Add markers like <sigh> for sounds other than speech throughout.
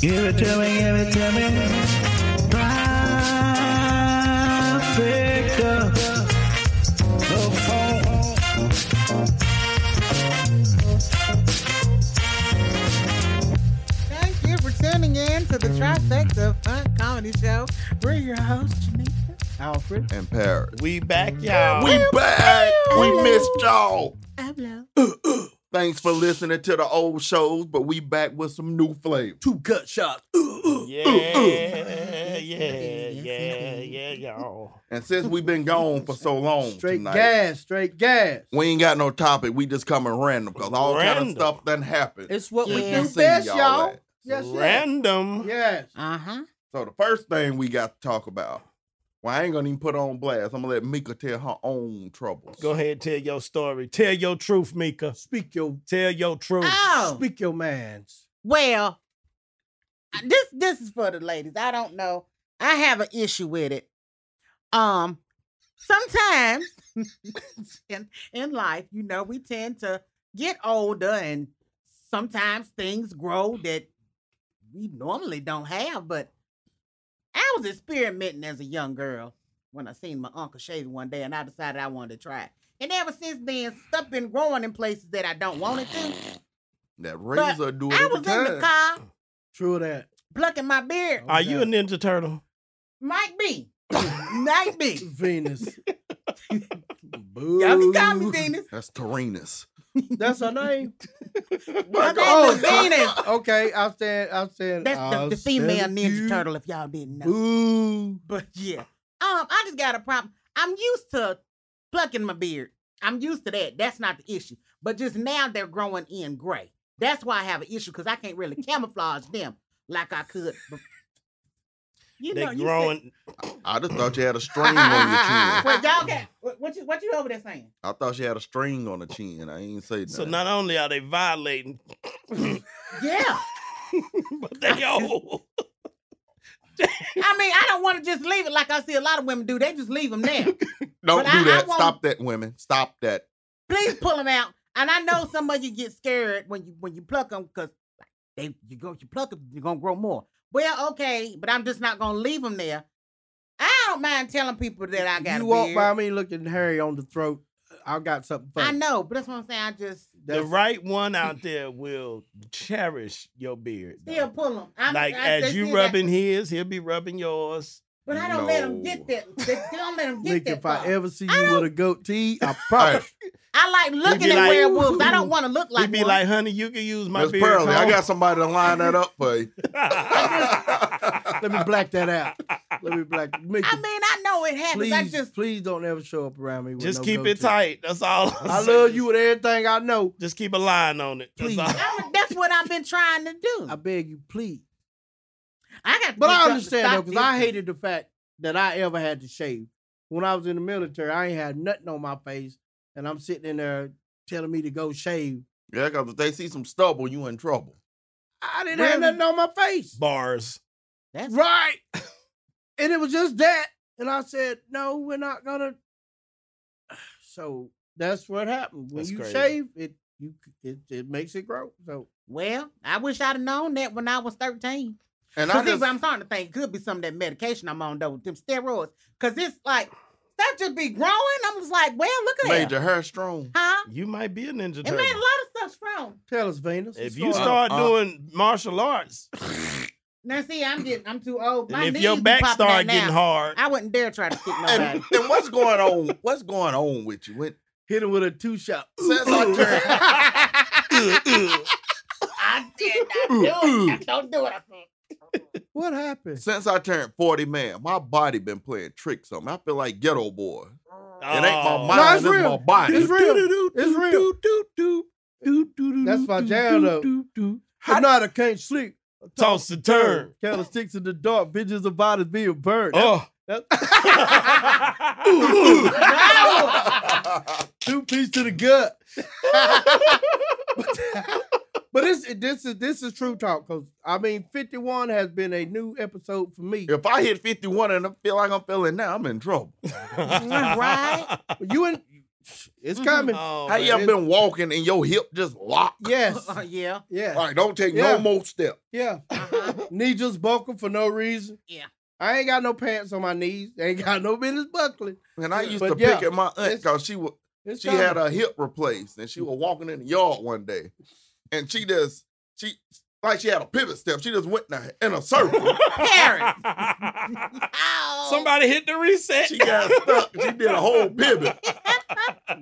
Give it to me, give it to me. Traffic, uh, the phone. Thank you for tuning in to the Trifecta Fun Comedy Show. We're your hosts, Jamaica, Alfred, in Paris. We Mm. back, y'all. We back. We missed y'all. Ablo. Oh, Thanks for listening to the old shows, but we back with some new flavor. Two gut shots. Yeah, yeah, yeah, yeah, y'all. And since we've been gone for so long, Straight tonight, gas, straight gas. we ain't got no topic. We just coming random because all kind of Random. stuff done happened. It's what we Yeah. do See best, y'all y'all. at. Yes, yes. Random. Yes. Uh huh. So the first thing we got to talk about. Well, I ain't gonna even put on blast. I'm gonna let Mika tell her own troubles. Go ahead, tell your story. Tell your truth, Mika. Speak your Tell your truth. Oh, speak your man's. well, this this is for the ladies. I don't know. I have an issue with it. Um, sometimes <laughs> in, in life, you know, we tend to get older, and sometimes things grow that we normally don't have. But I was experimenting as a young girl when I seen my uncle shave one day, and I decided I wanted to try it. And ever since then, stuff been growing in places that I don't want it to. That razor do it I every was in the time. car True <laughs> that. plucking my beard. Are you a Ninja Turtle? Might <laughs> be. Might be. <laughs> Venus? Boo. Y'all can call me Venus. That's Tarinas. That's her name. <laughs> My Fuck name is off. Venus. <laughs> Okay, I'll stand. I'll stand. That's the, I'll the female stand Ninja you. Turtle, if y'all didn't know. Boo. But yeah. Um, I just got a problem. I'm used to plucking my beard. I'm used to that. That's not the issue. But just now they're growing in gray. That's why I have an issue because I can't really camouflage them like I could. be- You They know, you said- growing. I just thought you had a string on <laughs> your Well, chin. y'all got what- what you what you over there saying? I thought you had a string on the chin. I ain't say nothing. So not only are they violating, <laughs> Yeah. <laughs> but they old. I mean, I don't want to just leave it like I see a lot of women do. They just leave them now. <laughs> Don't But do I- I that. won't- Stop that, women. Stop that. Please pull them out. And I know some of you get scared when you when you pluck them because they you go you pluck them you're gonna grow more. Well, okay, but I'm just not gonna leave them there. I don't mind telling people that I got You a walk beard. by me looking hairy on the throat. I got something for I you. know, but that's what I'm saying. I just The That's- right one out there will cherish your beard. though. still pull them. I'm, like I- they as you still got- rubbing his, he'll be rubbing yours. but I don't let them No. get that. They don't let them <laughs> get Nick, that. if I far. ever see I you with a goatee, I promise. I like looking be at like, werewolves. I don't want to look like He'd be one. like, "Honey, you can use my Miss beard." Pearly, I comb." <laughs> got somebody to line that up for you. <laughs> Let me black that out. Let me black. Make I it- mean, I know it happens. please, I just please don't ever show up around me. With Just no keep goatee. it tight. That's all. I'm I saying. love you with everything I know. Just keep a line on it. That's Please. all. I'm- that's what I've been trying to do. I beg you, please. I got. to But do I something to understand though, stop because I this. hated the fact that I ever had to shave. When I was in the military, I ain't had nothing on my face, and I'm sitting in there telling me to go shave. Yeah, because if they see some stubble, you in trouble. I didn't have Really? nothing on my face. Bars. That's Right. <laughs> and it was just that. And I said, no, we're not gonna. <sighs> So that's what happened. When That's you crazy. shave, it you it, it makes it grow. So Well, I wish I'd have known that when I was 13. And I Because just, I'm starting to think it could be some of that medication I'm on, though, them steroids. Because it's like, that just be growing. I'm just like, well, look at made that. your hair strong. Huh? You might be a ninja It made a turtle. lot of stuff strong. tell us, Venus. if what's you going on? start Uh, uh. doing martial arts, Now, see, I'm getting, I'm too old. <laughs> My and if knees your be back popping out start now. <laughs> getting hard, <laughs> uh, I wouldn't dare try to kick And, nobody. and what's going on? What's going on with you? When, hit him with a two <laughs> shot. since I <laughs> turned, I did not do <laughs> it. Don't do it. I said. What happened? since I turned 40, man, my body been playing tricks on me. I feel like ghetto boy. It ain't my Oh. mind, No, it's, it's my real. body. <laughs> It's real. It's real. That's my jam, though. At night I can't sleep. Toss and turn. Candlesticks in the dark. Visions of bodies being burned. Oh. <laughs> That- That's two piece to the <laughs> gut. <laughs> but this this is this is true talk because I mean fifty one has been a new episode for me. if I hit 51 and I feel like I'm feeling now, I'm in trouble. <laughs> Right? You <laughs> and it's Mhm. coming. Oh, How man. you ever been walking and your hip just locked? Yes, <laughs> <laughs> Uh, yeah. yeah, Like, don't take Yeah. no more step. yeah. Uh-huh. knee just buckle for no reason. Yeah. I ain't got no pants on my knees. Ain't got no business buckling. And I used But to yeah, pick at my aunt it's- because she was It's she had coming. her hip replaced and she was walking in the yard one day and she just she like she had a pivot step. She just went in a, in <laughs> a circle. Ow. <laughs> Somebody hit the reset. <laughs> she got stuck. She did a whole pivot.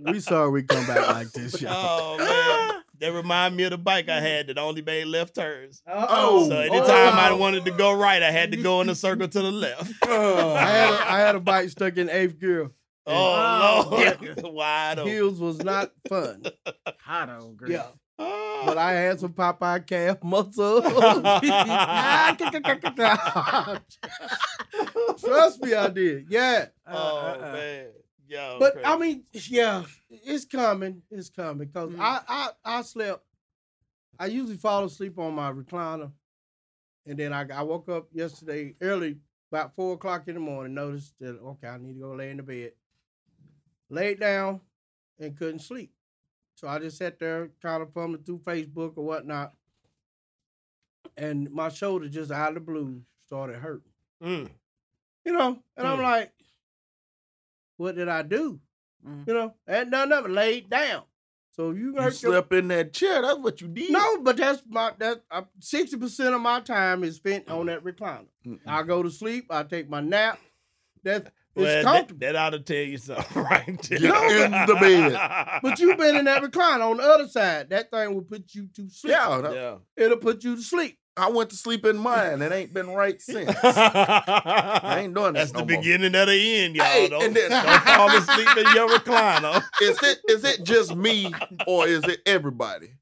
We sorry we come back like <laughs> this, y'all. Oh man, that remind me of the bike I had that only made left turns. Oh, So anytime I wanted to go right, I had to go in a circle to the left. I had a, I had a bike stuck in eighth gear. Oh, Oh, Lord, <laughs> wide open. Heels was not fun. <laughs> hot old girl. Yeah, Ah, but I had some Popeye calf <laughs> <laughs> Ah, muscle. Trust me, I did. Yeah, Uh, oh uh, uh. man, yo. but Oh, crazy. I mean, yeah, it's coming. It's coming because Mhm. I, I I slept. I usually fall asleep on my recliner, and then I, I woke up yesterday early, about four o'clock in the morning. Noticed that okay, I need to go lay in the bed. Laid down, and couldn't sleep, so I just sat there kind of fumbling through Facebook or whatnot, and my shoulder just out of the blue started hurting Mm. you know. And I'm Hmm. like, what did I do? Mhm. You know, I had done nothing. Laid down. So if you <laughs> You hurt <laughs> your slept in that chair. That's what you did. no, but that's my that sixty percent of my time is spent on that recliner. Mm-mm. I go to sleep. I take my nap. That's it's Well, that, comfortable. that ought to tell you something, <laughs> right? there. Get in the bed. but you've been in that recliner on the other side. That thing will put you to sleep. Yeah, that- <laughs> Yeah. <laughs> it'll put you to sleep. I went to sleep in mine. It ain't been right since. <laughs> I ain't doing That's that the no more. beginning of the end, y'all. Hey, don't, and then- don't fall asleep in your recliner. <laughs> is it is it just me or is it everybody?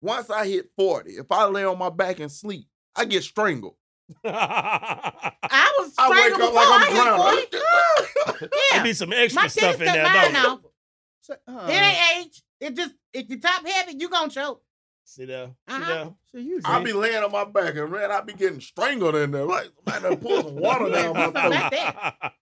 Once I hit 40, if I lay on my back and sleep, I get strangled. I was I strangled wake up before like I I'm hit drowning. 40. There Yeah. be some extra My titties stuff in cut there, mine though. off. Say, uh, It ain't age. It just if you top heavy, you gonna choke. See there? See Uh-huh. there? so you I'll be laying on my back and man, I'll be getting strangled in there. Like somebody done pull some <laughs> water down my Something throat. like that. <laughs>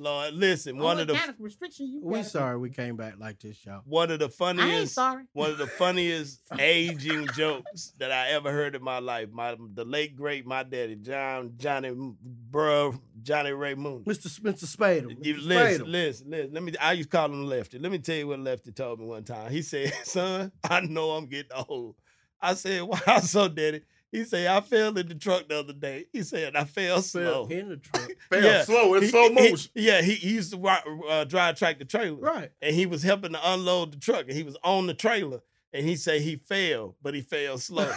Oh, Lord, listen, I don't one know of the what kind of restriction you we got. sorry we came back like this, y'all. one of the I ain't funniest sorry. one of the funniest aging jokes that I ever heard in my life. My the late great my daddy, John Johnny Bruv, Johnny Ray Moon. Mr. Spencer Spadum. You Mr. listen, Spadum. listen, listen. Let me. I used to call him Lefty. Let me tell you what Lefty told me one time. He said, <laughs> "Son, I know I'm getting old." I said, "Why <laughs> so, Daddy?" He said, "I fell in the truck the other day." He said, "I fell Fell slow." in the truck. Fell Yeah. slow in He- slow he- motion. yeah, he, he used to ri- uh, drive track the trailer, right. and he was helping to unload the truck, and he was on the trailer, and he said he fell, but he fell slow. <laughs> he,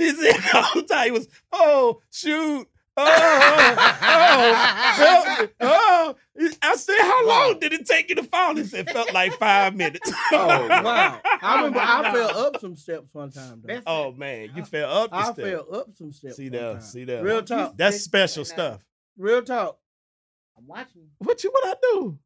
he said the whole time he was, "Oh shoot." Oh, oh, help me. oh. I said, how Wow. long did it take you to fall? He said, felt like five minutes. Oh, Wow. I remember I fell up some steps one time. Though. That's <laughs> Oh, man, you fell up the I step. fell up some steps. See one there, time. see there. Real talk. That's special stuff. Real talk. I'm watching. What you what I do?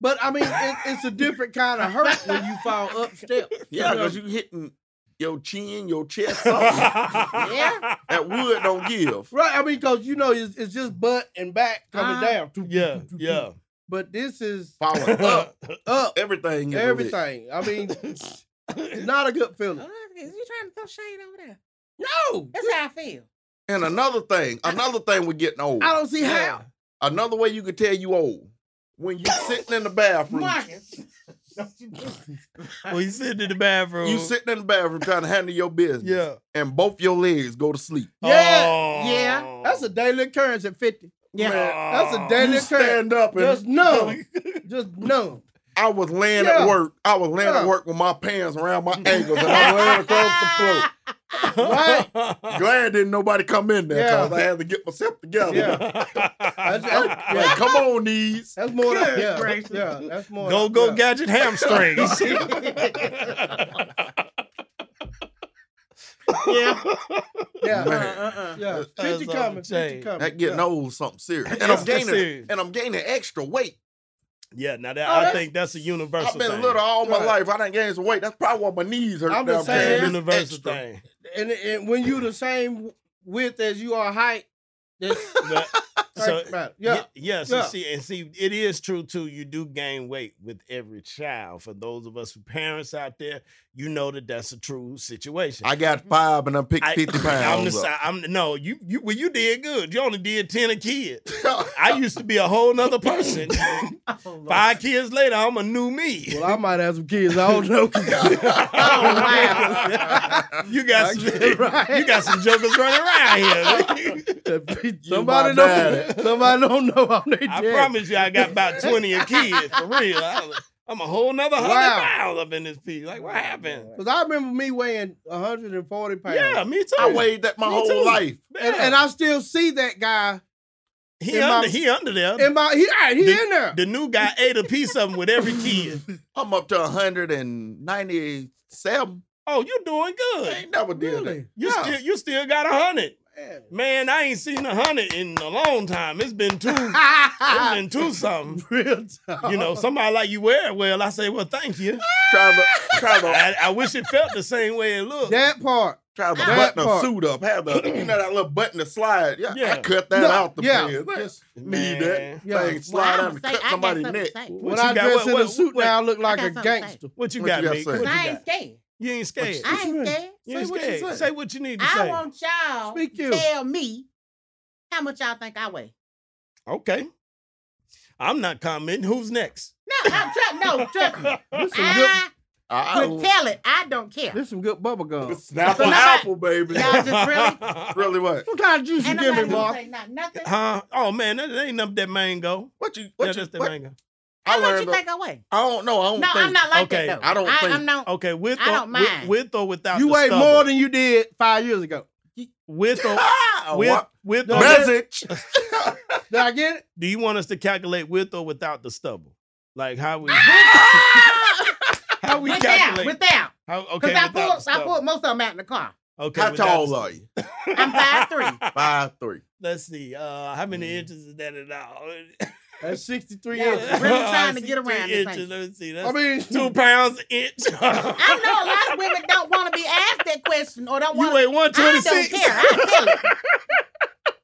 But I mean, it, it's a different kind of hurt when you fall up steps. Yeah, because you hitting your chin, your chest, something. Yeah. <laughs> that wood don't give. Right. I mean, because you know it's, it's just butt and back coming Uh-huh. down. <laughs> Ah. Yeah, <laughs> yeah. But this is Falling <laughs> up, up everything. Is a lick. everything. I mean, <laughs> not a good feeling. Oh, is you trying to throw shade over there? No, That's how I feel. And another thing, another thing we're getting old. I don't see how. Another way you could tell you old when you sitting in the bathroom. Marcus. Well, you sitting in the bathroom. You sitting in the bathroom trying to handle your business. Yeah. And both your legs go to sleep. Yeah, Oh. yeah. that's a daily occurrence at fifty. Yeah. That's a Oh. daily <laughs> You occurrence. stand up and Just numb. <laughs> Just numb. I was laying Yeah. at work. I was laying Yeah. at work with my pants around <laughs> my ankles and I'm laying across the floor. Glad didn't nobody come in there Yeah. because I had to get myself together. Yeah. That's, <laughs> that's, Like, come on, knees. that's more. Good Than, yeah, gracious. yeah, that's more. Go than- go yeah. <laughs> gadget hamstrings. Yeah. <laughs> <laughs> Yeah, Uh, Man. uh, uh. yeah. That's Fifty off coming. the Fifty chain. coming. That getting yeah. old is something serious. And Yes, I'm that's gaining serious. and I'm gaining extra weight. yeah, now that Oh, I that's- think that's a universal I've been thing. little all my Right. life. I done gained some weight. That's probably why my knees hurt. I'm now. just That's a saying, gaining universal extra. thing. And, and when you the same width as you are height, <laughs> that's But- so right. yeah, Yeah, yeah, so yeah. see and see it is true too. You do gain weight with every child. For those of us who parents out there, you know that that's a true situation. I got five and I picked Mm-hmm. I- 50 <laughs> I'm the pounds. si- up. I'm no, you you well, you did good. You only did ten a kid. I used to be a whole <laughs> nother person. <laughs> Five kids later, I'm a new me. Well, I might have some kids. I don't <laughs> know. <laughs> Oh, <laughs> you got some, you got some jokers running around here. <laughs> somebody my don't. daddy. Somebody don't know how they I dead. promise you, I got about twenty a kid for real. I, am a whole nother hundred Wow. pounds up in this piece. Like what happened? Cause I remember me weighing 140 pounds. Yeah, me too. I weighed that my Me whole too. life. And, Yeah. and I still see that guy he in my- under he under there. in my he, all right, he The- in there. the new guy ate a piece of them with <laughs> every kid. I'm up to 197. Oh, you doing I good. ain't never did Really? You Yeah. still you still got a hundred. Man. Man, I ain't seen a hundred in a long time. It's been <laughs> two. it's Oh, <laughs> <laughs> been two something. Real talk. You know, somebody like you wear it well. I say, well, thank you. that. Trying to, trying <laughs> to, I, I wish it felt the same way it looked. that part. trying to That button a part. suit up. Have the, you know that little button to slide. Yeah, I Yeah. cut that No, out the yeah, bed. just- Need Man. that Yeah. thing Well, slide I out would and say- I cut got somebody's something neck. to say. What When you I got? dress What- in a what- suit what- now, I look like got a something to say. gangster. What you What got, you got to Meek? say? What you I ain't got? scared. You ain't scared. I ain't What you- scared. You ain't Say what you scared. say. Say what you need to I say. want y'all Speak to you. tell me how much y'all think I weigh. Okay. I'm not commenting. Who's next? No, I'm trying. No, trust me. This some good. I I would don't- tell it. I don't care. This some good bubble gum. Snap an Somebody- apple, baby. Y'all just really. <laughs> Really what? What kind of juice you Ain't give me, nobody Mark? gonna say not nothing. <laughs> huh? Oh man, that, that ain't nothing that mango. What you? yeah, What you? that's that what- mango. How I much learned. you the- think I weigh? I don't know. I don't No, think. I'm not like Okay, that though. I don't I, think- I'm not. Okay, with I or, don't with, mind. with or without You the weigh stubble. more than you did five years ago. <laughs> with <laughs> or Ah, with what? with or <laughs> message. Did I get it? do you want us to calculate with or without the stubble? Like <laughs> how we how we without, calculate? without. how, okay, Because I without the pulled, I stubble. pulled most of them out in the car. Okay, How without tall the- are <laughs> you? I'm 5'3". Five three. Let's see. Uh, how many Mm. inches is that at <laughs> all? That's 63 Yeah. inches. Really trying to get 63 around this Inches. thing. Let's see. <laughs> That's I mean, <laughs> <laughs> two pounds an inch. <laughs> I know a lot of women don't want to be asked that question or don't you want. weigh I 126. don't care. <laughs> I tell it.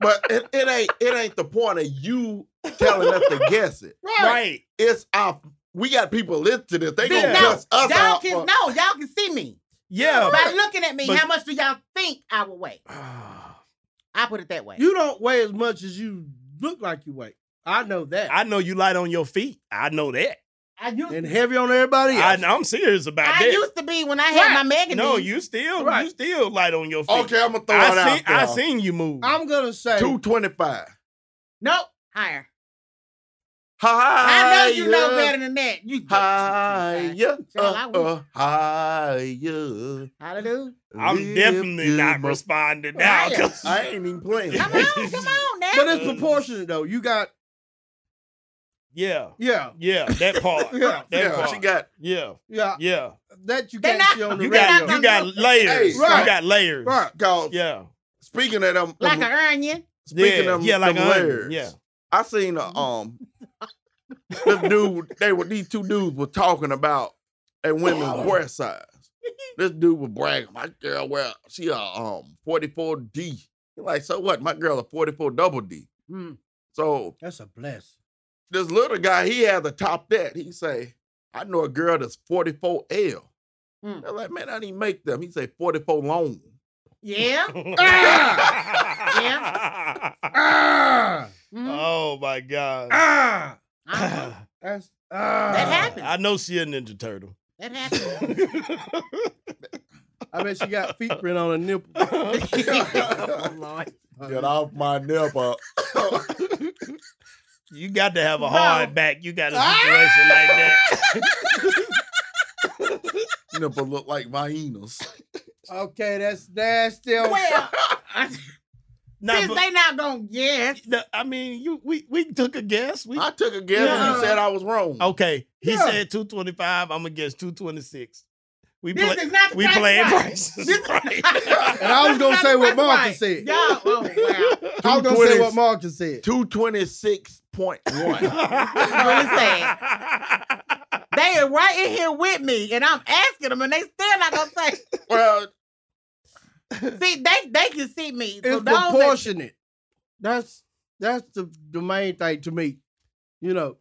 But it, it ain't. It ain't the point of you telling us to guess it. Right. It's our. We got people listening to this. They See, gonna no, cuss us Y'all out. can for- no, y'all can see me Yeah. by looking at me. But- how much do y'all think I will weigh? I put it that way. you don't weigh as much as you look like you weigh. I know that. I know you light on your feet. I know that. I used, and heavy on Oh, everybody else. I, I'm serious about I that. used to be when I had Right. my Megan. no, days. you still Right. you still light on your feet. <sighs> Okay, I'm gonna throw it I out seen I there. seen you move. I'm gonna say Two twenty five. Nope, higher. Hi. I know you know better than that. You Higher, uh, Girl, I uh, higher. Hallelujah. I'm Lift definitely them not up. responding now. Right. <laughs> 'cause- I ain't even playing. Come on, come on now. But it's proportionate though. You got yeah, yeah, yeah, that part. Yeah. that <laughs> Yeah, part. she got yeah, yeah. yeah. That you They can't not- see on the You They're radio. not got gonna you got look- layers. Right. You got layers. right. cause Yeah, speaking of them, Like them- an onion. speaking yeah, of yeah, like them an onion. layers, <laughs> Yeah, I seen a um this dude, they were these two dudes were talking about a women's breast size. This dude was bragging, my girl, well, she a um 44D. He like, so what? My girl a 44 double D. Mm. So That's a bless. this little guy, he had to top that. He say, I know a girl that's 44L. Mm. They're like, man, I didn't make them. He say 44 long. <laughs> Yeah. Ah, Mm. <laughs> Oh my god. ah, <laughs> Uh-huh. that's That ah. happens. I know she a ninja turtle. <laughs> That happens. I bet she got feet print on a <laughs> nipple. oh, Lord. off my <laughs> nipple. you got to have a No. Ah! hard back. You got a situation like that. nipple look like hyenas. <laughs> Okay, that's nasty. Well, Nah, since but, they not gonna guess, no, I mean, you we we took a guess. We I took a guess and Yeah. you said I was wrong. okay. He Yeah. said two twenty five. I'm gonna guess two twenty six. We this play. is not the We price playing right. <laughs> prices. This- <laughs> right. And I was gonna say what Marcus Marcus said. Y'all, oh, wow. I was gonna say 220. what Marcus said. <laughs> 226.1. really They are right in here with me, and I'm asking them, and they still not gonna say. well, See, they they can see me. So It's those that- proportionate. That's that's the, the main thing to me. You know,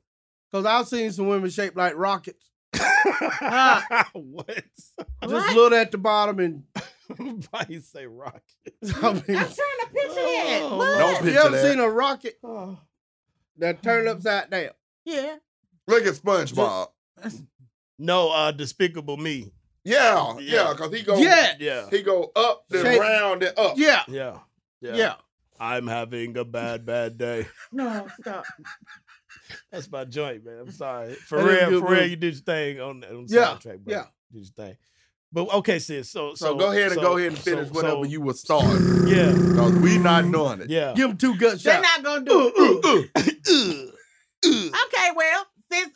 because I've seen some women shaped like rockets. Ah. <laughs> what? Just Right? look at the bottom <laughs> and Why say rocket? I mean, I'm trying to picture that. Oh, What? Don't you picture ever that. seen a rocket that turned upside down? Yeah. Look at SpongeBob. No, uh, Despicable Me. Yeah, Yeah. yeah, because he go Yeah. Yeah, he go up, then Shake. round, and up. Yeah, yeah, Oh. yeah. I'm having a bad, bad day. No, stop. That's my joint, man. I'm sorry. For That is real, good for real, move. you did your thing on that on Yeah, soundtrack, bro. yeah. You did your thing. But okay, sis. So, so, So, go ahead and so- go ahead and finish so- whatever so- you were starting. Yeah, Because we <laughs> not doing it. yeah. Give him two gut They're shots. not gonna do it. uh. Ugh. Ugh. Okay, well, since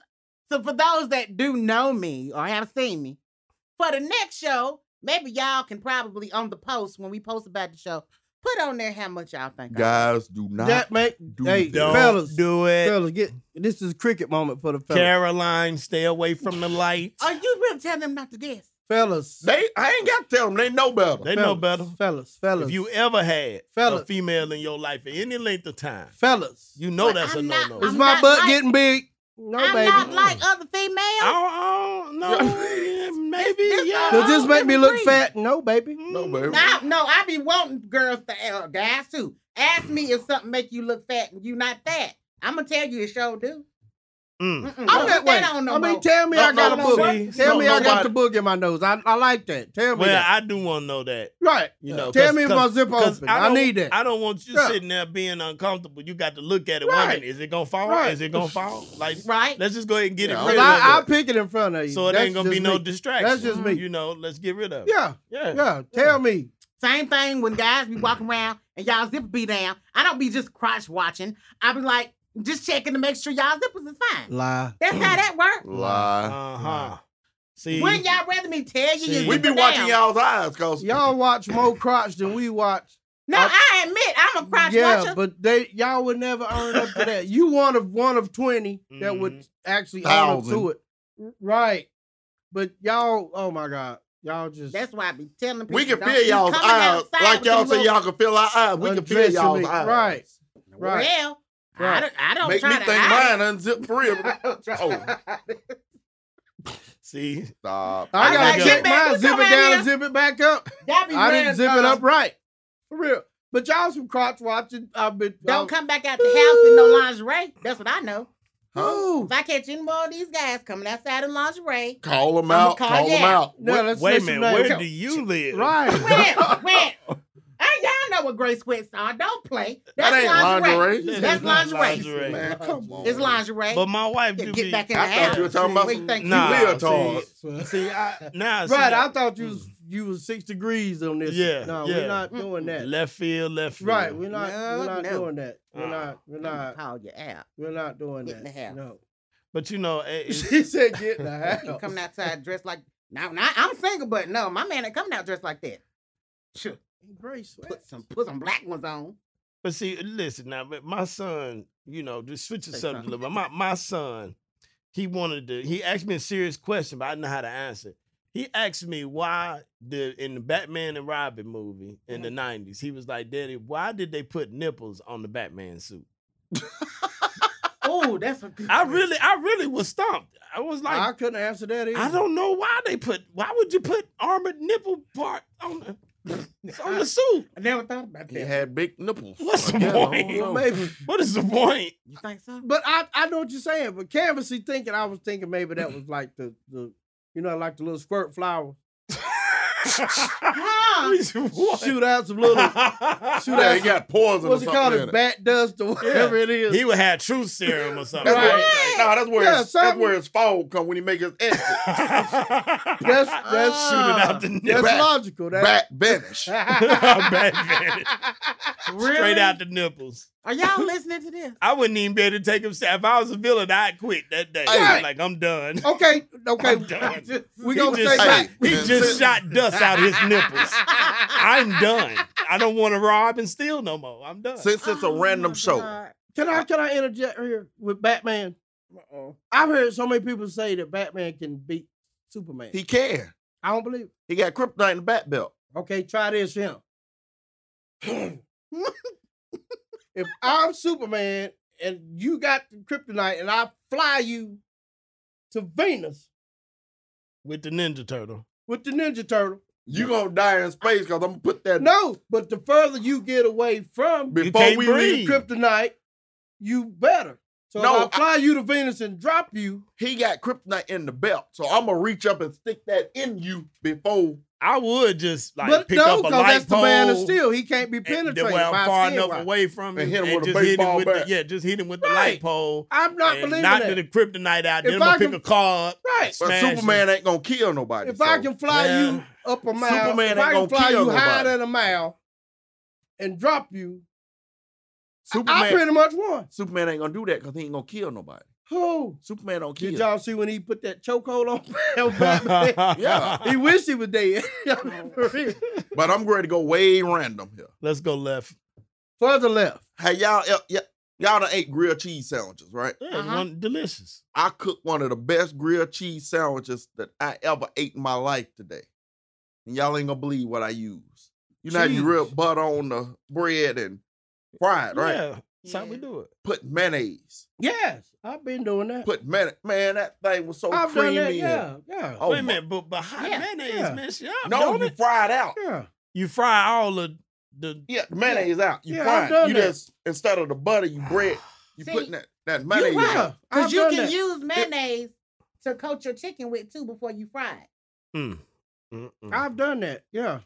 so for those that do know me or have seen me, for the next show, maybe y'all can probably on the post when we post about the show, put on there how much y'all think. I- Guys, do not That make do hey, that. Don't fellas, do it. fellas, get this is a cricket moment for the fellas. Caroline, stay away from the lights. Are you really telling them not to this? fellas, They I ain't got to tell them. They know better. They know better. Fellas, fellas, If you ever had a Fellas. female in your life at any length of time, fellas, you know But that's a I'm no not- no. is I'm my not butt like- getting big? No, I'm baby. not like other females. I don't know. <laughs> yeah, Maybe, This- this yeah. the- Does this Oh, make me give me look three. fat? No, baby. Mm. no, baby. No, no, I be wanting girls to uh, guys too. Ask me if something make you look fat and you not fat. I'm gonna tell you it sure do. Mm. Mm-mm, I'm don't that put way. on no I mean, more. tell me No, I got no, a no, book. see, Tell no, me I got nobody- the book in my nose. I, I like that. Tell me Well, that. I do want to know that. right. You know, Tell 'cause- me if my 'cause- zip 'cause open. I, don't- need that. I don't want you Yeah. sitting there being uncomfortable. You got to look at it. Right. wondering, is it gonna fall? Right. Is it gonna fall? Like, Right? let's just go ahead and get Yeah, it I rid But of I, I'll it. pick it in front of you. So it That's ain't gonna be just no me. distraction. That's just me. You know, let's get rid of it. Yeah, Yeah. yeah. Tell me. Same thing when guys be walking around and y'all zipper be down. I don't be just crotch watching. I be like just checking to make sure y'all zippers is fine. Lie. That's how that works. Lie. Uh huh. See, When y'all rather me tell you, Mm. See, you we be down. watching y'all's eyes because Y'all watch more crotch than we watch. No, I admit I'm a crotch yeah, watcher. but they y'all would never earn up to that. You one of one of 20 that would Mhm. actually earn up Thousand. to it, R- right? But y'all, oh my god, y'all just That's why I be telling people. we can don't feel be y'all's coming eyes. outside Like with y'all them say, little- y'all can feel our eyes. We can feel Undressing y'all's me. eyes. Right, <laughs> right. Well, I don't. I don't Make me try think to hide. mine unzip for real. Oh. see, Stop. I I gotta gotta check go. mine, What's zip up, it down, Anya? zip it back up. Y'all be I wearing, didn't zip it uh, up right, for real. But y'all some crotch watching. I've been Don't I've- come back out the house in no lingerie. That's what I know. Ooh. If I catch any more of these guys coming outside in lingerie, Call them I'ma out. call Call you them out. out. No, let's wait a list some minute. names. Where do you live? Right. <laughs> When, when, and y'all know what gray sweats are. Don't play. That's That ain't lingerie. lingerie. That That's is not lingerie. Man, come on. It's lingerie. But my wife Yeah, do get be, back in the I house. thought you were talking about What you some think you Nah, is? leotards. See, I now see, Right, I thought you was you was six degrees on this. Yeah, no, yeah. we're not doing that. left field, left field. Right, we're not No, we're not no. doing that. We're Uh-uh. not we're I'm gonna not Call you out. we're not doing Get in the that. house. No, <laughs> But you know, it- it's- she said get <laughs> in the You house. coming outside dressed like now, now I'm single, but no, my man ain't coming out dressed like that. Sure, Gray sweat. put some put some black ones on. but see, listen now. But my son, you know, just switch the Say subject a something. little bit. My my son, he wanted to. He asked me a serious question, but I didn't know how to answer. He asked me why the in the Batman and Robin movie in Mm-hmm. the nineties, he was like, "Daddy, why did they put nipples on the <laughs> Batman suit?" Oh, that's a good I one. really, I really was stumped. I was like, I couldn't answer that either. I don't know why they put. Why would you put armored nipple part on the, <laughs> it's on the suit? I never thought about He that. had big nipples. What's the I guess, I don't point? know. Well, maybe. What is the <laughs> point? You think so? But I, I know what you're saying. But canvassy thinking, I was thinking maybe that was like the, the you know, like the little squirt flower. Huh? What? Shoot out some <laughs> little shoot Yeah, out he some, got poison what's or it called? something A in it. bat dust or whatever it is. He would have truth serum or something. That's where, Right. it- nah, that's where Yeah, his, that's something- where his fog come when he make his exit. <laughs> That's uh, that's shooting out the that's nipple. Bat. logical. That, Bat <laughs> vanish. <laughs> Batman. Really? <laughs> Straight out the nipples. Are y'all listening to this? I wouldn't even be able to take him. If I was a villain, I'd quit that day. Hey. Like I'm done. <laughs> okay, okay. I'm <laughs> done. We He gonna just, stay Hey. back. he man, just sit- shot dust <laughs> out his <laughs> nipples. I'm done. I don't want to rob and steal no more. I'm done. Since it's a Oh, my random show. God. Can I can I interject here with Batman? I've heard so many people say that Batman can beat Superman. He can. I don't believe. it. He got kryptonite in the bat belt. Okay, try this him. <laughs> if I'm Superman and you got the kryptonite and I fly you to Venus, with the Ninja Turtle. with the Ninja Turtle. You gonna die in space because I'm gonna put Uh, that No, but the further you get away from before can't we leave. breathe. kryptonite, you better. So No, if I fly you to Venus and drop you, He got kryptonite in the belt, so I'm gonna reach up and stick that in you before. I would just like but pick no, up a because light that's the man of pole steel. He can't be and- then penetrated where by I'm far skin enough wire. away from him And hit him with a just hit him baseball with bat. the yeah, just hit him with the Right. light pole. I'm not and believing knock that. the kryptonite out. If Then I gonna pick can- a card. right. But Smash Superman ain't gonna kill nobody. If I so- can fly Yeah. you up a mile, if Superman I ain't can gonna fly kill you higher nobody. than a mile and drop you, I Superman, pretty much won. Superman ain't gonna do that because he ain't gonna kill nobody. Who? Superman don't kill. Did y'all see when he put that chokehold on <laughs> <laughs> Batman? Yeah. <laughs> he wished he was dead. For real. But I'm ready to go way random here. Let's go left. Further left. Hey, y'all, y- y- y'all done ate grilled cheese sandwiches, right? Yeah, Uh-huh. one, delicious. I cooked one of the best grilled cheese sandwiches that I ever ate in my life today. And y'all ain't gonna believe what I used. You know how you Cheese. rub butter on the bread and fry it, right? Yeah, that's how we Yeah. do it. Put mayonnaise. Yes, I've been doing that. Put mayonnaise. Man, that thing was so I've done creamy. that. and- Yeah, yeah, Oh, Wait a my- minute, but but hot Yeah, mayonnaise yeah. mess you up, No, don't you it? fry it out. yeah. You fry all of the Yeah, the mayonnaise out. You Yeah, fry I've it. done You that. just instead of the butter, you bread. You See, putting that that mayonnaise right. out. I've Because you done can that. use mayonnaise to coat your chicken with too before you fry it. Mm. Mm-mm. I've done that. Yeah.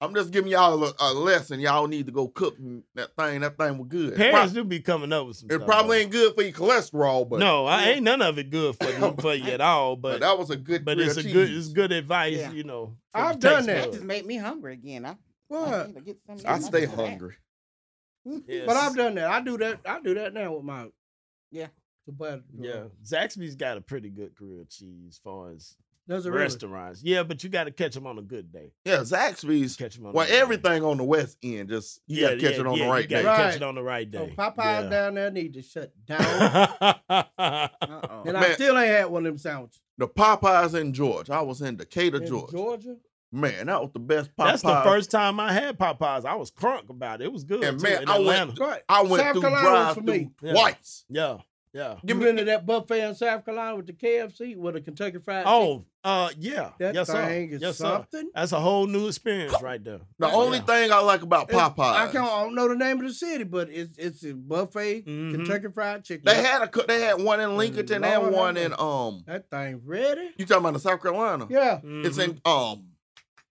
I'm just giving y'all a, a lesson. Y'all need to go cook and that thing. That thing was good. It, Parents do be coming up with some. prob- it stuff, probably though. ain't good for your cholesterol, but no, I ain't none of it good <laughs> for you, for you at all. but But that was a good. but grilled it's a good cheese. it's good advice, Yeah. you know. I've done that. That just made me hungry again. I, I What? need to get some. I some stay of that. hungry. But I've done that. I do that. I do that now with my. Yeah. The butter. Yeah, Zaxby's got a pretty good grilled cheese, as far as Does it really? restaurants. Yeah, but you got to catch them on a good day. Yeah, Zaxby's. Catch them on. a Well, good day. everything on the west end, just you gotta catch it on yeah, the you right gotta day. Right. Catch it on the right So day. Popeyes down there need to shut down. <laughs> Yeah. Uh-oh. and I Man. still ain't had one of them sandwiches. The Popeyes in Georgia. I was in Decatur, In Georgia. Georgia? Man, that was the best Popeyes. <laughs> That's the first time I had Popeyes. I was crunk about it. It was good. And too, man, in I went- Atlanta. Right. I went South through Carolina was drive for through me. Yeah. twice. Yeah, yeah. You been to that buffet in South Carolina with the KFC with a Kentucky Fried Chicken? Oh, uh, yeah. that yes, thing sir. is yes, sir. something. That's a whole new experience right there. The Yeah. only thing I like about It- Popeyes, I, can't, I don't know the name of the city, but it's it's a buffet Mhm. Kentucky Fried Chicken. they had a cou- they had one in Lincoln Lord and one have in um. that thing ready. You talking about in South Carolina? Yeah, It's Mhm. in um.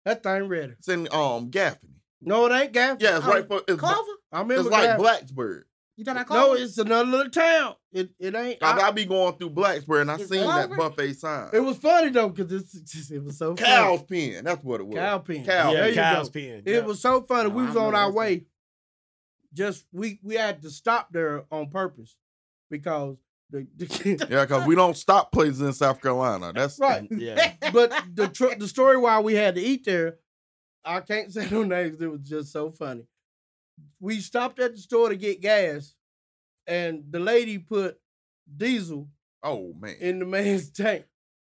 that thing ready. It's in um Gaffney. No, it ain't Oh, Gaff. Yeah, it's right for it's, Clover? I remember it's like Gaff- Blacksburg. You done that No, Clover? <laughs> it's another little town. It it ain't. Cause I- I, be going through Blacksburg and I It's seen that Clover? buffet sign. it was funny though because it's <laughs> it was so Cow's Pen. That's what it funny. was. Cow pen. Cow. yeah, There you Cow's go. Pen. It was so funny. No, we I was know on our that's- way. Just we we had to stop there on purpose because the, the <laughs> Yeah, cause we don't stop places in South Carolina. That's right. Yeah. <laughs> But the tr- the story why we had to eat there, I can't <laughs> say no names. It was just so funny. We stopped at the store to get gas, and the lady put diesel Oh man. in the man's <laughs> tank.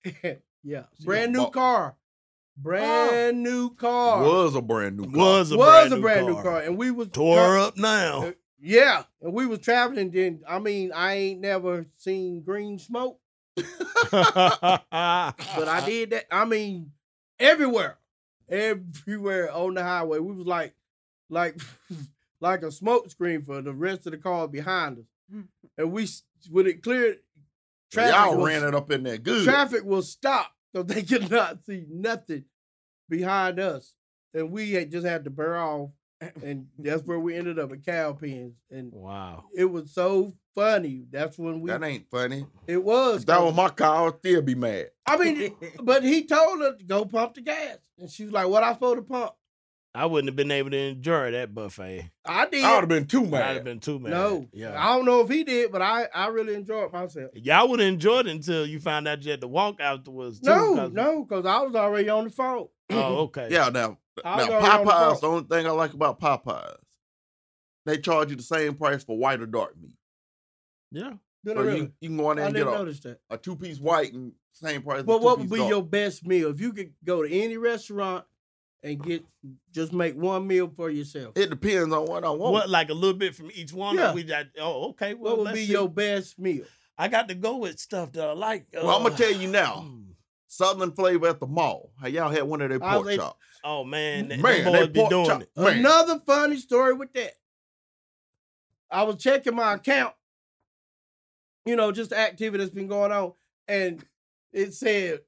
yeah, She Oh. brand got new bought. car, brand new car was a brand new car. was a was brand, a brand new car. and we was Tore tra- up now. Yeah, and we was traveling. Then I mean, I ain't never seen green smoke, <laughs> but I did that. I mean, everywhere, everywhere on the highway, we was like, like, <laughs> like a smoke screen for the rest of the cars behind us, Mm. and we s- when it cleared, traffic Y'all was, ran it up in there good. traffic will stop because they <laughs> could not see nothing behind us. And we had just had to bear <coughs> off. And that's where we ended up at cow pens. And Wow. it was so funny. That's when we That ain't funny. it was. If that was 'cause- my car, I'd still be mad. I <laughs> mean, but he told her to go pump the gas. And she was like, What I supposed to pump? I wouldn't have been able to enjoy that buffet. I did. I would <laughs> have been too I'd have mad. been too mad. no. Yeah. I don't know if he did, but I, I really enjoyed myself. Y'all would have enjoyed it until you found out you had to walk afterwards. Too, no, 'cause- no, because I was already on the phone. Oh, okay. Yeah, now, I now was already on Popeyes, the the only thing I like about Popeyes, they charge you the same price for white or dark meat. Yeah. Did I So really? you, you can go in there I and get didn't a, notice that. a two piece white and same price. as But a what would two-piece be dark. your best meal if you could go to any restaurant and get just make one meal for yourself? It depends on what I want. What, like a little bit from each one? Yeah. We got, oh, okay. Well, What would let's be see. your best meal? I got to go with stuff that I like. uh, Well, I'm gonna tell you now. Hmm. Southern flavor at the mall. Hey, y'all had one of their I pork was like, chops. Oh man, that Man, boys they be pork doing chop. it. Man, Another funny story with that. I was checking my Mm. account, you know, just the activity that's been going on, and it said,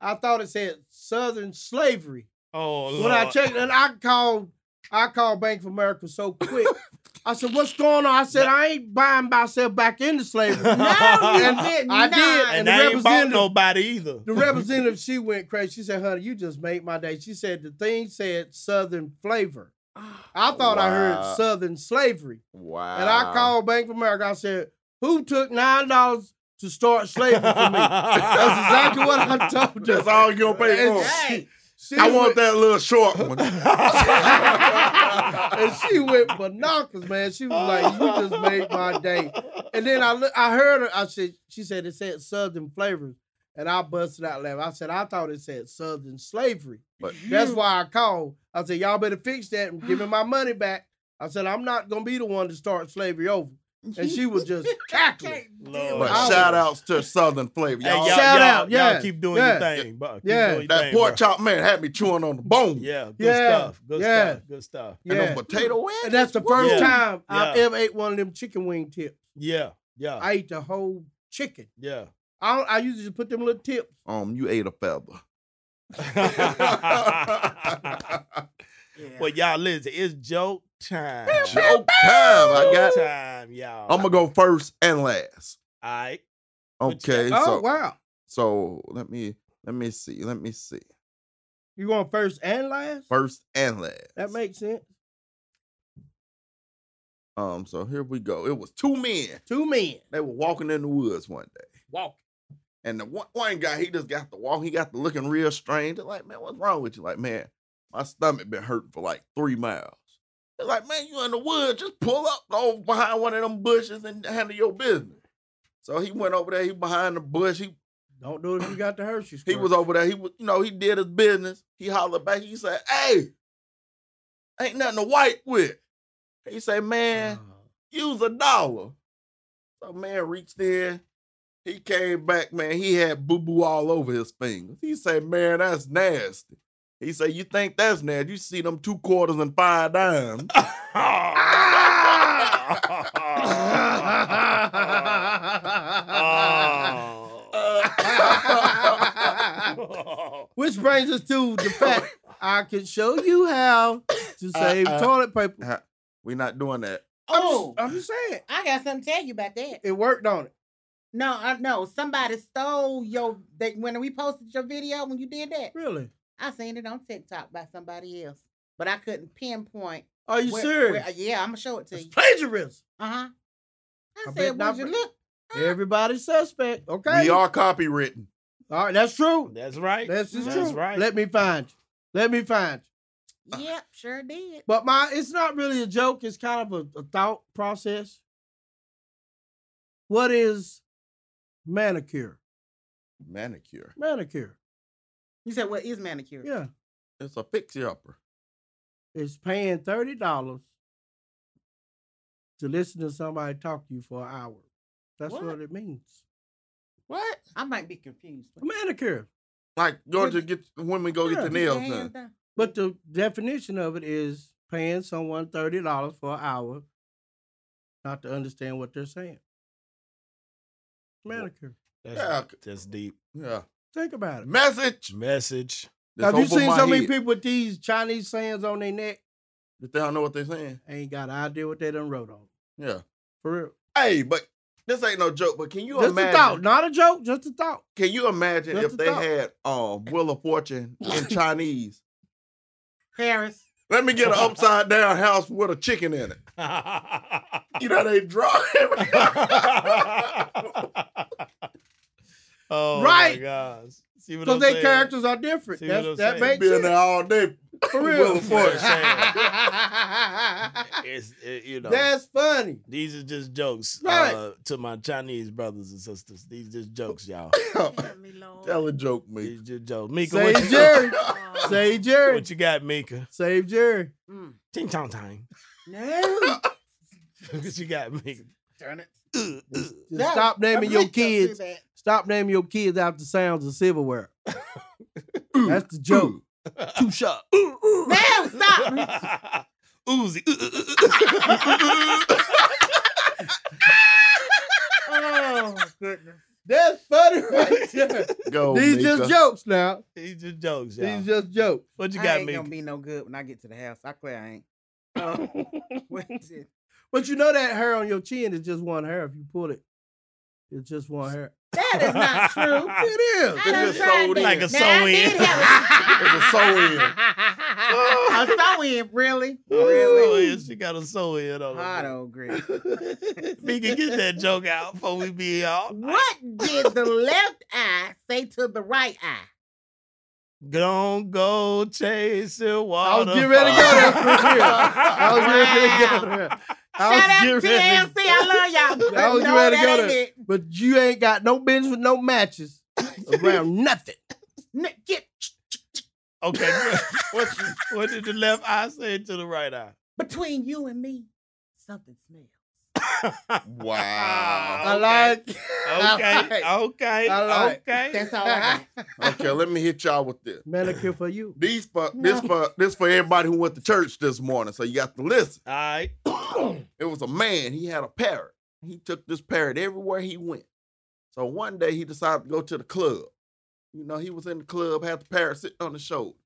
I thought it said Southern slavery. Oh When I Lord. checked, and I called, I called Bank of America so quick. I said, "What's going on?" I said, "I ain't buying myself back into slavery." No, you <laughs> And did I did, not. and, and the I ain't bought representative nobody either. the representative, she went crazy. She said, honey, you just made my day. She said the thing said Southern flavor. I thought I Wow. heard Southern slavery. Wow. And I called Bank of America. I said, who took $9 to start slavery for me? <laughs> That's exactly what <laughs> I told her. That's all you gonna pay And for. she- she I want went- that little short <laughs> one. <laughs> And she went binoculars, man. She was like, you just made my day. And then I look, I heard her. I said, she said it said Southern flavors, and I busted out laughing. I said, I thought it said Southern slavery. But- That's why I called. I said, y'all better fix that and give me my money back. I said, I'm not gonna be the one to start slavery over. And <laughs> she was <laughs> just cackling. Can't Lord. deal But with I it. shout outs to Southern flavor. Hey, Y'all, y'all, Shout y'all- out, y'all yeah, keep doing yeah, your thing, bro. Keep yeah. doing your that thing, pork bro. chop man had me chewing on the bone. Yeah, good Yeah, stuff. Good yeah. stuff. Good stuff. And Yeah. them potato wedges. And that's the first Yeah. time I've Yeah. ever ate one of them chicken wing tips. Yeah, yeah, I ate the whole chicken. yeah. I I, don't- I usually just put them little tips. Um, you ate a feather. <laughs> <laughs> Yeah. well, y'all listen, it's joke time. Joke time. I got. time, y'all. I'm gonna go first and last. All right. What you Okay. Oh so, wow! so let me let me see. Let me see. You going first and last? First and last. That makes sense. Um. So here we go. It was two men. Two men. They were walking in the woods one day. Walk. And the one, one guy, he just got the walk. He got the looking real strange. They're like, man, what's wrong with you? Like, man, my stomach been hurting for like three miles. They're like, man, you in the woods. Just pull up, go behind one of them bushes and handle your business. So he went over there. He behind the bush. He Don't do it if you got the Hershey's. he was over there. He was, you know, he did his business. He hollered back. He said, hey, ain't nothing to wipe with. He said, man, use a dollar. So man reached in. He came back, man. He had boo boo all over his fingers. He said, "Man, that's nasty." He said, "You think that's nasty? You see them two quarters and <laughs> five dimes?" <laughs> Which brings us to the fact I can show you how to save Uh-uh. toilet paper. We're not doing that. oh, I'm just saying. I got something to tell you about that. It worked on it. No, I no. Somebody stole your that when we posted your video when you did that. Really? I seen it on TikTok by somebody else, but I couldn't pinpoint. Are you where- serious? where- yeah, I'm gonna show it to it's you. plagiarism. Uh huh. I, I bet said, not would you for- look? Everybody's suspect. Okay. We are copywritten. All right, that's true. <laughs> That's right. That's just That's true. right. Let me find you. Let me find you. Yep, sure did. But my it's not really a joke, it's kind of a, a thought process. What is manicure? Manicure. Manicure. You said, what is manicure? Yeah. It's a fixie upper. It's paying thirty dollars to listen to somebody talk to you for an hour. That's what, What? it means. What? I might be confused. Manicure. Like going Would to get women go Yeah. get Put the your nails hands done. down. But the definition of it is paying someone thirty dollars for an hour, not to understand what they're saying. Manicure. That's, that's deep. Yeah. Think about it. Message. Message. <laughs> That's Have you over seen my so many head. people with these Chinese sayings on their neck? That they don't know what they're saying. Ain't got an idea what they done wrote on. Yeah. For real. Hey, but this ain't no joke. But can you just imagine? a thought. Not a joke, just a thought. Can you imagine Just if a they thought. had um Wheel of Fortune <laughs> in Chinese? Paris. Let me get an upside down house with a chicken in it. You know they <laughs> draw <laughs> <laughs> oh Right. my gosh. See what Because I'm their saying? characters are different. See what That's, I'm that saying? makes Been sense. there <laughs> all day. For Wheel real. of Fortune. <laughs> It's, it- you know, That's funny. these are just jokes Right. uh, to my Chinese brothers and sisters. These just jokes, y'all. Help me, Lord. Oh. Tell a joke, me. These just jokes. Mika, Say what you, Jerry. Oh, <laughs> Save Jerry. <laughs> what you got, Mika? Save Jerry. mm. Ting tong time. No. <laughs> what you got, Mika? Turn it. uh, uh. Just stop naming your kids. That Stop naming your kids after sounds of silverware. <laughs> That's the joke. Two <laughs> shot. Damn, stop. Uzi. uh, uh, uh, uh, uh, uh, uh, uh, uh. oh, <laughs> goodness. That's funny <laughs> right there. <laughs> Go. These Mika. just jokes now. <laughs> These just jokes, y'all. These just jokes. what you I got, ain't gonna me? be no good when I get to the house. I swear I ain't. Oh, what <laughs> is it? But you know that hair on your chin is just one hair. If you pull it, it's just one hair. That is <laughs> not true. <laughs> It I is. done just tried sold that. in. Like Now, a I sew in. did have It's a sew in. <laughs> a sew in, really? Oh, yeah, Really? <laughs> she got a soul in on Hot her. old grits. <laughs> <laughs> We can get that joke out before we be out. What did the left eye say to the right eye? Don't go chasing I was water. getting ready to go there. for real. I was getting ready to <laughs> go there. I was Shout out getting ready TLC. to- I love y'all. I But was no, ready that to go ain't there. it. But you ain't got no business with no matches <laughs> around nothing. N- Get Okay. good. what, what did the left eye say to the right eye? between you and me, something smells. Wow. I Okay. like. I Okay. like. Okay. I like. Okay. That's all I got. Okay, <laughs> let me hit y'all with this. Manicure for you. These for this for this for everybody who went to church this morning. So you got to listen. All right. it was a man. He had a parrot. He took this parrot everywhere he went. So one day he decided to go to the club. You know, he was in the club, had the parrot sitting on his shoulder.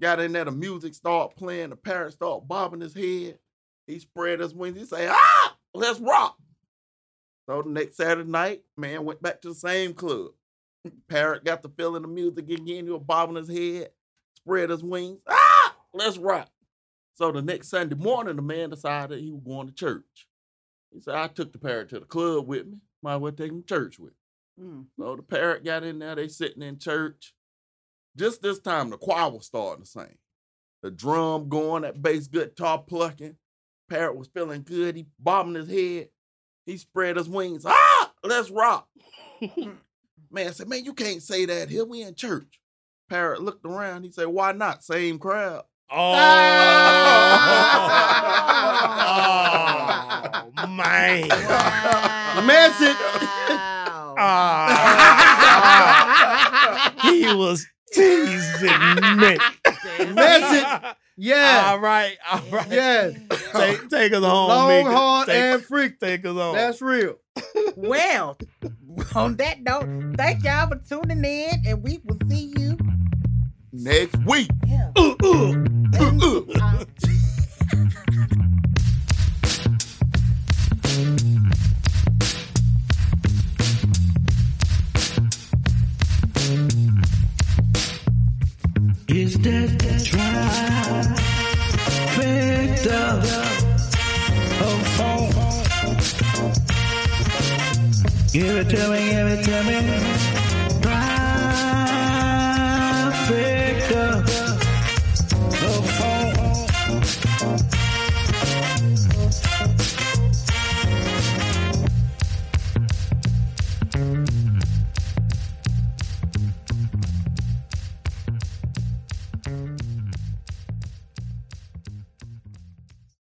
Got in there, the music started playing, the parrot started bobbing his head. He spread his wings. He say, ah, let's rock. So the next Saturday night, man went back to the same club. <laughs> Parrot got the feeling of music again. He was bobbing his head, spread his wings. Ah, let's rock. So the next Sunday morning, the man decided he was going to church. He said, I took the parrot to the club with me. Might as well take him to church with me. Mm. So the parrot got in there, they sitting in church. Just this time the choir was starting to sing. The drum going, that bass guitar plucking. Parrot was feeling good. He bobbing his head. He spread his wings. Ah, let's rock. man said, Man, you can't say that here. We in church. Parrot looked around. He said, Why not? Same crowd. Ah! Oh. oh man. <laughs> Wow. message. Ah. Oh. <laughs> he was teasing me. Message. Yeah. All right. All right. Yes. Take, take us home. Long, Mika. hard, take, and freak. take us home. That's real. Well, on that note, thank y'all for tuning in, and we will see you. Next week. Yeah. Ooh, ooh. Uh, Is that trifecta of fun? Give it to me, give it to me. Trifecta of fun.